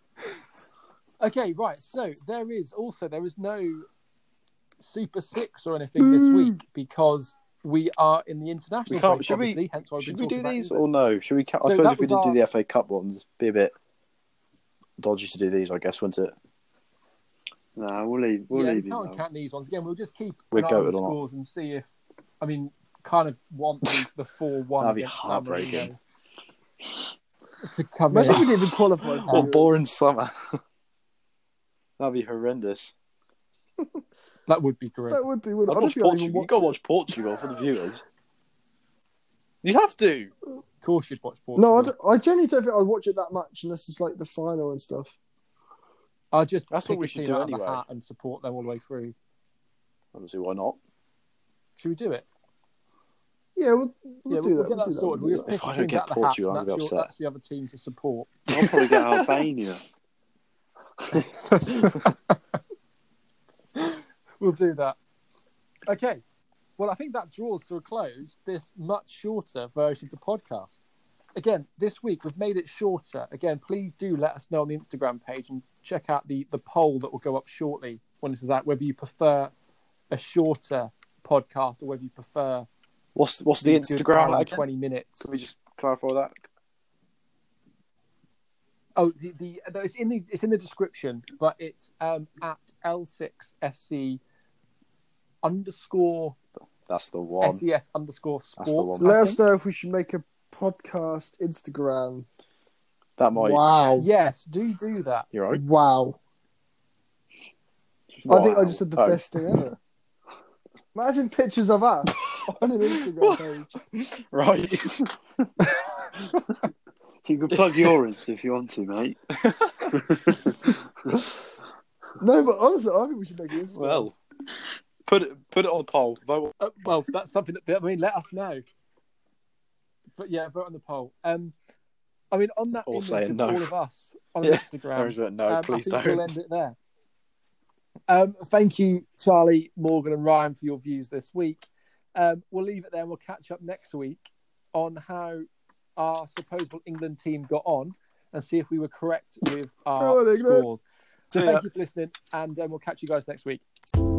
<laughs> okay. Right. So there is also there is no Super Six or anything this
Boo.
week because we are in the international.
We can't-
break,
should we-
obviously, Hence why we've
Should
been
we do
talking about
these
England.
or no? Should we? Ca-
So
I suppose
that
if we
was
did
our-
do the FA Cup ones, be a bit dodgy to do these, I guess, wouldn't it?
Nah, we'll leave. We'll
yeah, we
leave it.
can't
now.
count these ones again. We'll just keep
We're
an eye on the
goated or not.
scores and see if. I mean, kind of want the- the four one
That'd be
against San Marino
heartbreaking.
to come
Imagine if we
in.
didn't even qualify.
Or
For
Or
Euros.
boring summer. <laughs> That'd be horrendous.
That would be great.
That would be. Would
I'd watch
honestly, I'd even
Portugal. You
watch
gotta
it.
watch Portugal for the viewers. You have to.
Of course, you'd watch Portugal.
No, I, d- I genuinely don't think I'd watch it that much unless it's like the final and stuff.
I'll just
That's
pick
what we
a
should
team
do
out of
anyway.
the hat and support them all the way through.
Obviously, why not?
Should we do it?
Yeah, we'll, we'll
yeah,
do
we'll, we'll
that.
get that
do
sorted.
We'll
We'll
do
just
that.
pick
If I
the
don't
teams
get
out of the hats,
Portugal,
and
I'm
that's,
gonna be
your,
upset.
that's the other team to support.
I'll probably get Albania.
we'll do that. Okay. Well, I think that draws to a close this much shorter version of the podcast. Again, this week we've made it shorter. Again, please do let us know on the Instagram page and check out the, the poll that will go up shortly when this is out, whether you prefer a shorter podcast or whether you prefer
What's What's the
a good hour
Instagram?
and
again?
20 minutes.
Can we just clarify that?
Oh, the, the no, it's in the it's in the description, but it's um at L6FC underscore
That's the one.
SES underscore
That's the
sport.
one.
I
Let us
think.
know if we should make a podcast Instagram.
That might.
Wow.
Yes, do do that.
You're right.
Wow. I think I
Wow.
just did the
Oh.
best thing ever. Imagine pictures of us <laughs> on an Instagram page.
<laughs> Right.
You can plug your Insta if you want to, mate.
No, but honestly, I think we should make an Instagram.
well, put it put it on the poll. Vote.
Uh, well, that's something that I mean. Let us know. But yeah, vote on the poll. Um, I mean, on that
Or
image
saying
of
no.
all of us on
<laughs> Yeah,
Instagram,
no,
Uh,
um,
please
I think
don't.
We'll end it there. Um, thank you, Charlie, Morgan, and Ryan for your views this week. Um, we'll leave it there. We'll catch up next week on how our supposable England team got on and see if we were correct with
Go
our
on, England.
scores. So
See ya.
thank you for listening, and um, we'll catch you guys next week.